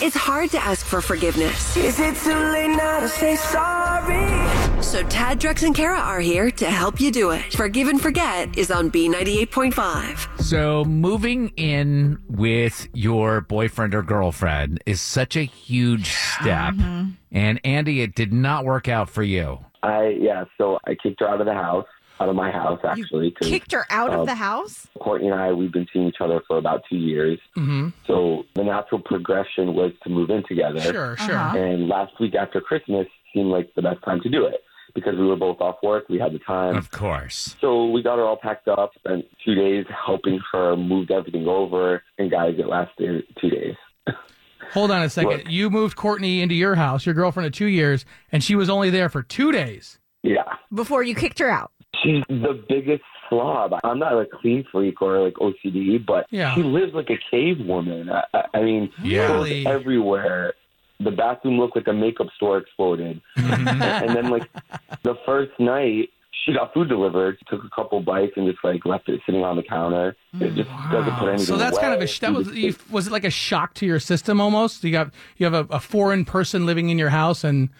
It's hard to ask for forgiveness. Is it too late now to say sorry? So Tad, Drex, and Kara are here to help you do it. Forgive and Forget is on B98.5. So, moving in with your boyfriend or girlfriend is such a huge step. Mm-hmm. And Andy, it did not work out for you. I yeah, so I kicked her out of the house, out of my house actually. 'cause Kicked her out Oh. of the house? Courtney and I we've been seeing each other for about two years. Mm-hmm. So the natural progression was to move in together. Sure, sure. Uh-huh. And last week after Christmas seemed like the best time to do it because we were both off work, we had the time. Of course. So we got her all packed up, spent two days helping her, moved everything over, and guys, it lasted two days. Hold on a second. What? You moved Courtney into your house, your girlfriend of two years, and she was only there for two days. Yeah. Before you kicked her out. She's the biggest slob. I'm not a clean freak or like OCD, but Yeah. she lives like a cave woman. I, I- I mean, Yeah. clothes Really? everywhere. The bathroom looked like a makeup store exploded. Mm-hmm. and then, like, the first night, she got food delivered, took a couple bites, and just like left it sitting on the counter. It just doesn't put anything Mm, So that's kind of a away. sh- that was She you, just- was it like a shock to your system almost? You got you have a, a foreign person living in your house and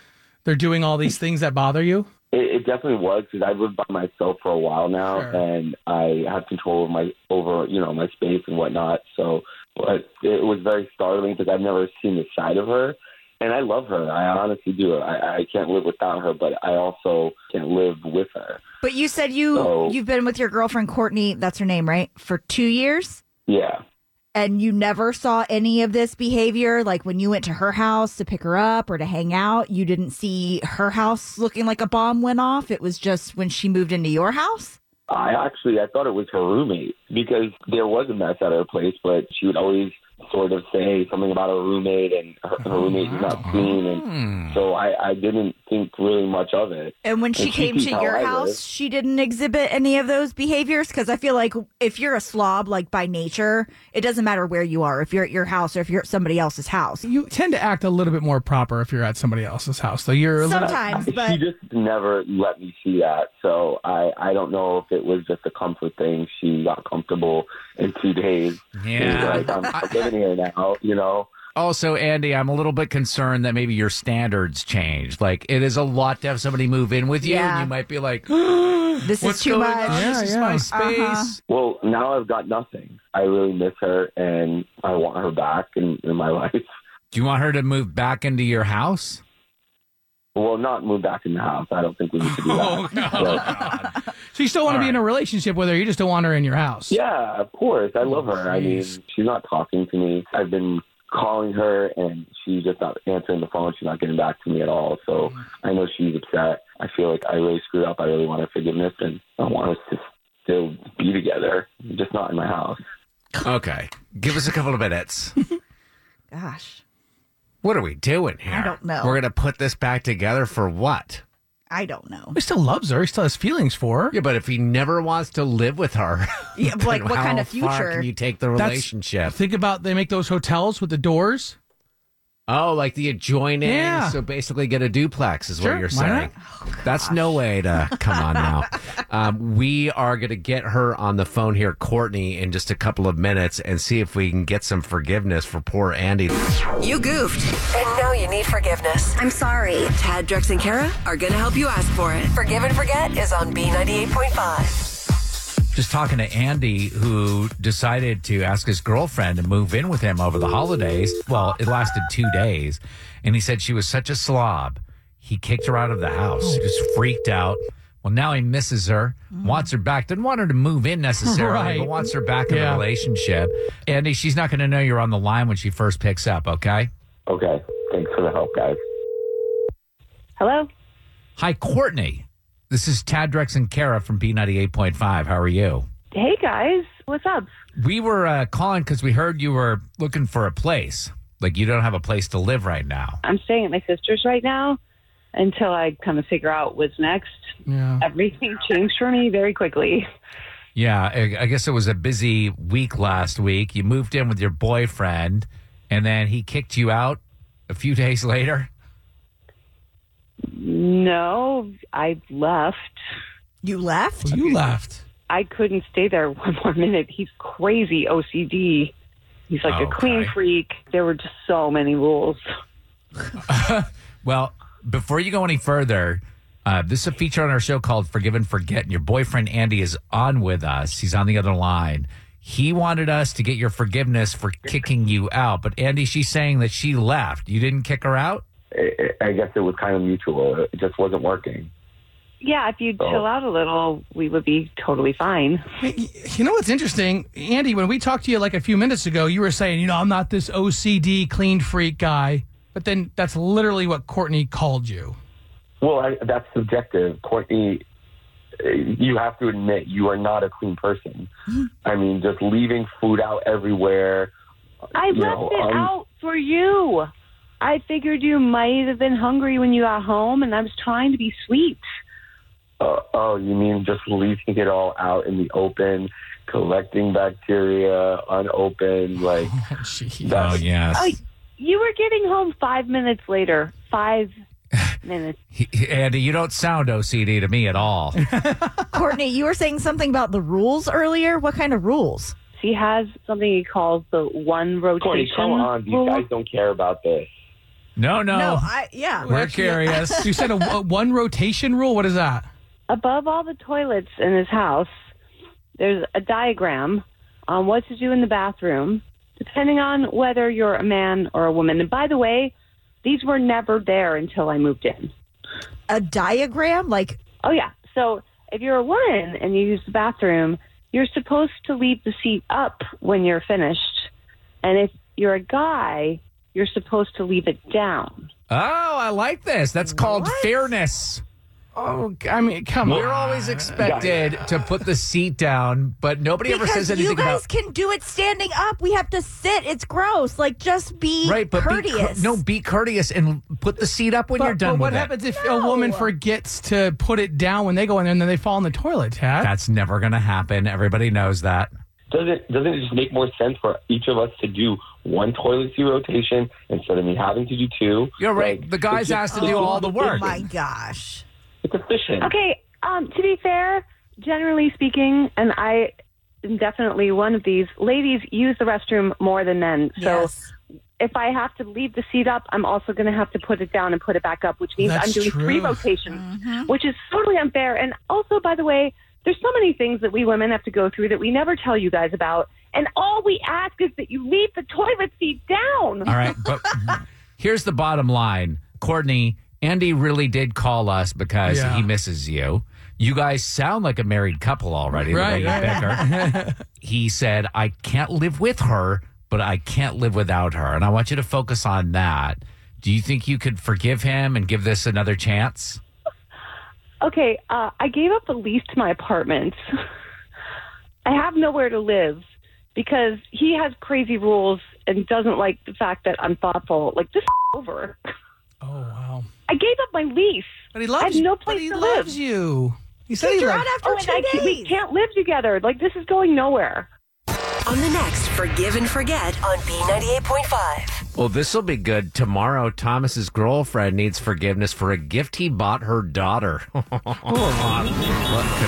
they're doing all these things that bother you. It, it definitely was because I've lived by myself for a while now, Sure. and I have control over my over you know my space and whatnot. So, but it was very startling because I've never seen this side of her, and I love her. I honestly do. I, I can't live without her, but I also can't live with her. But you said you No. you've been with your girlfriend Courtney, that's her name, right? For 2 years Yeah, and you never saw any of this behavior like when you went to her house to pick her up or to hang out, you didn't see her house looking like a bomb went off. It was just when she moved into your house. I actually I thought it was her roommate because there was a mess at her place, but she would always sort of say something about her roommate and her, her roommate is not clean, and so I, I didn't think really much of it. And when she And she came sees to how your I house, live. she didn't exhibit any of those behaviors because I feel like if you're a slob, like by nature, it doesn't matter where you are. If you're at your house or if you're at somebody else's house, You tend to act a little bit more proper if you're at somebody else's house. So you're a little sometimes. she But just never let me see that. So I, I don't know if it was just a comfort thing. She got comfortable in two days. Yeah. She's like, uh, I'm, I'm living here now, you know? Also, Andy, I'm a little bit concerned that maybe your standards changed. Like, it is a lot to have somebody move in with you, and Yeah. you might be like, this "What's is too going much. on? Yeah, this yeah. is my space." Uh-huh. Well, now I've got nothing. I really miss her and I want her back in, in my life. Do you want her to move back into your house? Well, not move back in the house. I don't think we need to do that. Oh, no. But, So you still want to All be in a relationship with her, you just don't want her in your house. yeah, of course. I love her. I mean, Jeez. she's not talking to me. I've been calling her and she's just not answering the phone. She's not getting back to me at all. So I know she's upset. I feel like I really screwed up. I really want her forgiveness and I want us to still be together, just not in my house. Okay. Give us a couple of minutes. Gosh, What are we doing here? I don't know. We're going to put this back together for what? I don't know. He still loves her. He still has feelings for her. Yeah, but if he never wants to live with her, Yeah, but, like then what how kind of Far future? can you take the That's- relationship? Think about they make those hotels with the doors. Oh, like the adjoining. Yeah. So basically, get a duplex is Sure, what you're why not? saying. That's Oh, no way to come on now. um, we are going to get her on the phone here, Courtney, in just a couple of minutes and see if we can get some forgiveness for poor Andy. You goofed. And now you need forgiveness. I'm sorry. Tad, Drex, and Kara are going to help you ask for it. Forgive and Forget is on B98.5. Just talking to Andy, who decided to ask his girlfriend to move in with him over the holidays. Well, it lasted two days. And he said she was such a slob. He kicked her out of the house. He was freaked out. Well, now he misses her, wants her back. Didn't want her to move in necessarily, but Mm. Right. wants her back in the Yeah. relationship. Andy, she's not going to know you're on the line when she first picks up, okay? Okay. Thanks for the help, guys. Hello. Hi, Courtney. This is Tad Drex and Kara from B98.5. How are you? Hey guys, what's up? We were uh, calling because we heard you were looking for a place. Like you don't have a place to live right now. I'm staying at my sister's right now until I kind of figure out what's next. Yeah. Everything changed for me very quickly. Yeah, I, I guess it was a busy week last week. You moved in with your boyfriend, and then he kicked you out a few days later. No, I left. You left? Well, you left. I couldn't stay there one more minute. He's crazy OCD. He's like a clean Okay. freak. There were just so many rules. Well, before you go any further, uh, this is a feature on our show called Forgive and Forget. And your boyfriend, Andy, is on with us. He's on the other line. He wanted us to get your forgiveness for kicking you out. But, Andy, she's saying that she left. You didn't kick her out? I I guess it was kind of mutual. It just wasn't working. Yeah, if you chill out a little, we would be totally fine. Hey, y- You know what's interesting, Andy? When we talked to you like a few minutes ago, you were saying, you know, I'm not this OCD clean freak guy, but then that's literally what Courtney called you. Well, I, that's subjective. Courtney, uh, you have to admit you are not a clean person. I mean, just leaving food out everywhere. I You left know, it um, out for you. I figured you might have been hungry when you got home, and I was trying to be sweet. Uh, oh, you mean just leaving it all out in the open, collecting bacteria unopened? Like, Jeez. that's, yes. I, you were getting home five minutes later. Five minutes. He- he- Andy, you don't sound OCD to me at all. Courtney, you were saying something about the rules earlier. What kind of rules? He has something he calls the one rotation. Courtney, come on. These rule. guys don't care about this. No, no. No, I yeah. We're Actually, curious. you said a, a one rotation rule? What is that? above all the toilets in his house, there's a diagram on what to do in the bathroom, depending on whether you're a man or a woman. And by the way, these were never there until I moved in. A diagram like Oh, yeah. So if you're a woman and you use the bathroom, you're supposed to leave the seat up when you're finished. And if you're a guy, you're supposed to leave it down. Oh, I like this. That's called What? fairness. Oh, I mean, come We're always expected to put the seat down, but nobody ever because says anything you guys about can do it standing up. We have to sit. It's gross. Like just be right. But courteous. Be cour- no, be courteous and put the seat up when But, you're done but with what it. happens if a woman forgets to put it down when they go in there and then they fall in the toilet, Tad? That's never going to happen. Everybody knows that. Doesn't doesn't it just make more sense for each of us to do one toilet seat rotation instead of me having to do two? You're right. Like, the guy's it's just- asked to do all the Oh work. my gosh. It's efficient. Okay. Um, to be fair, generally speaking, and I am definitely one of these ladies use the restroom more than men. So yes. if I have to leave the seat up, I'm also going to have to put it down and put it back up, which means That's I'm doing true. three rotations, which is totally unfair. And also, by the way, there's so many things that we women have to go through that we never tell you guys about. And all we ask is that you leave the toilet seat down. All right. But here's the bottom line Courtney, Andy really did call us because Yeah. he misses you. You guys sound like a married couple already. Right, The way you bicker. he said, I can't live with her, but I can't live without her. And I want you to focus on that. Do you think you could forgive him and give this another chance? Okay, uh, I gave up the lease to my apartment. I have nowhere to live because he has crazy rules and doesn't like the fact that I'm thoughtful. Like this is over. oh, wow. I gave up my lease. But he I loves have you. no but place he to loves live. you. He said he You're loves out after Oh, two and I can't, we days. can't live together. Like this is going nowhere. On the next Forgive and Forget on B98.5. Well, this will be good. Tomorrow, Thomas's girlfriend needs forgiveness for a gift he bought her daughter. what could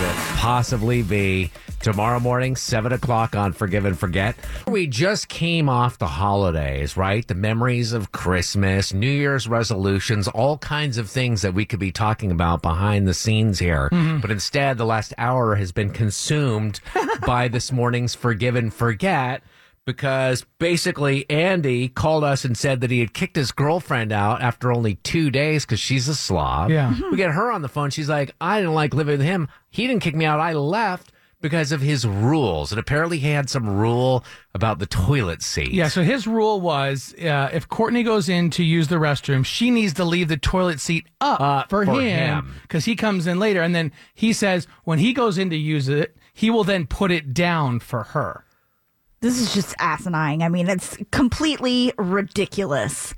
it possibly be? Tomorrow morning, 7 o'clock on Forgive and Forget. We just came off the holidays, right? The memories of Christmas, New Year's resolutions, all kinds of things that we could be talking about behind the scenes here. But instead, the last hour has been consumed by this morning's Forgive and Forget because basically Andy called us and said that he had kicked his girlfriend out after only two days because she's a slob. Yeah. We get her on the phone. She's like, I didn't like living with him. He didn't kick me out. I left because of his rules. And apparently he had some rule about the toilet seat. Yeah, so his rule was uh, if Courtney goes in to use the restroom, she needs to leave the toilet seat up for, for him him. because he comes in later. And then he says when he goes in to use it, he will then put it down for her. This is just asinine. I mean, it's completely ridiculous.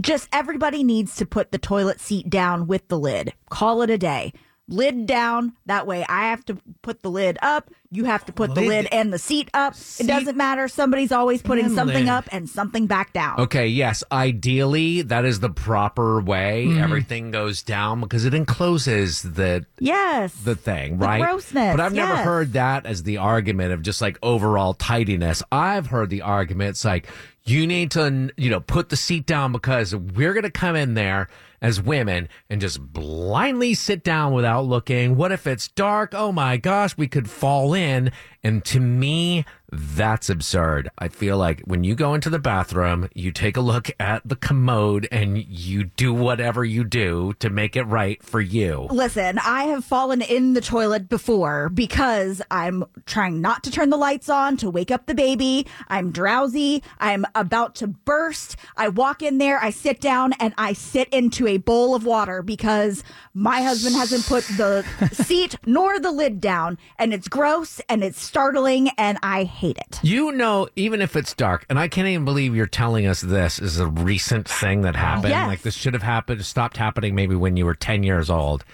Just everybody needs to put the toilet seat down with the lid. Call it a day. Lid down. That way I have to put the lid up. You have to put the lid and the seat up. It doesn't matter. Somebody's always putting and something lid. up and something back down. Okay, yes. Ideally, that is the proper way. Mm-hmm. Everything goes down because it encloses the Yes. the thing, right? grossness, But I've never yes. heard that as the argument of just like overall tidiness. I've heard the arguments like you need to, you know, put the seat down because we're going to come in there as women and just blindly sit down without looking. What if it's dark? Oh my gosh, we could fall in. And to me, that's absurd. I feel like when you go into the bathroom, you take a look at the commode and you do whatever you do to make it right for you. Listen, I have fallen in the toilet before because I'm trying not to turn the lights on to wake up the baby. I'm drowsy. I'm about to burst. I walk in there, I sit down, and I sit into a bowl of water because my husband hasn't put the seat nor the lid down. And it's gross and it's startling and I hate it. You know, even if it's dark, and I can't even believe you're telling us this is a recent thing that happened. Yes. Like this should have happened, stopped happening maybe when you were 10 years old.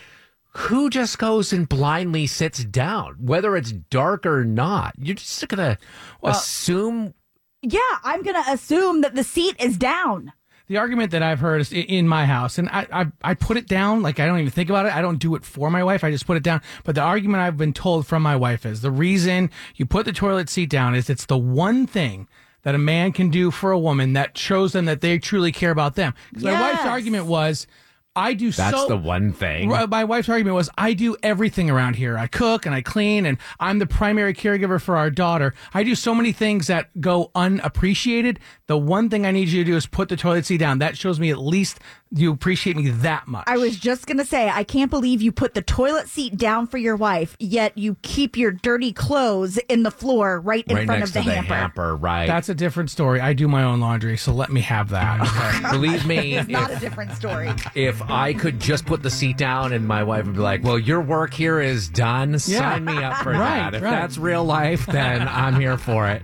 Who just goes and blindly sits down, whether it's dark or not? You're just going to assume. Yeah, I'm going to assume that the seat is down. The argument that I've heard is i- in my house, and I, I I put it down like I don't even think about it. I don't do it for my wife. I just put it down. But the argument I've been told from my wife is the reason you put the toilet seat down is it's the one thing that a man can do for a woman that shows them that they truly care about them. 'Cause my wife's Yes. argument was, I do That's so the one thing. Ri- My wife's argument was I do everything around here. I cook and I clean and I'm the primary caregiver for our daughter. I do so many things that go unappreciated. The one thing I need you to do is put the toilet seat down. That shows me at least you appreciate me that much. I was just going to say, I can't believe you put the toilet seat down for your wife, yet you keep your dirty clothes in the floor right in right front next of the to the hamper. hamper, right? That's a different story. I do my own laundry, so let me have that. Believe me, Not a different story. if I could just put the seat down and my wife would be like, well, your work here is done, sign me up for Right, that. If right. that's real life, then I'm here for it.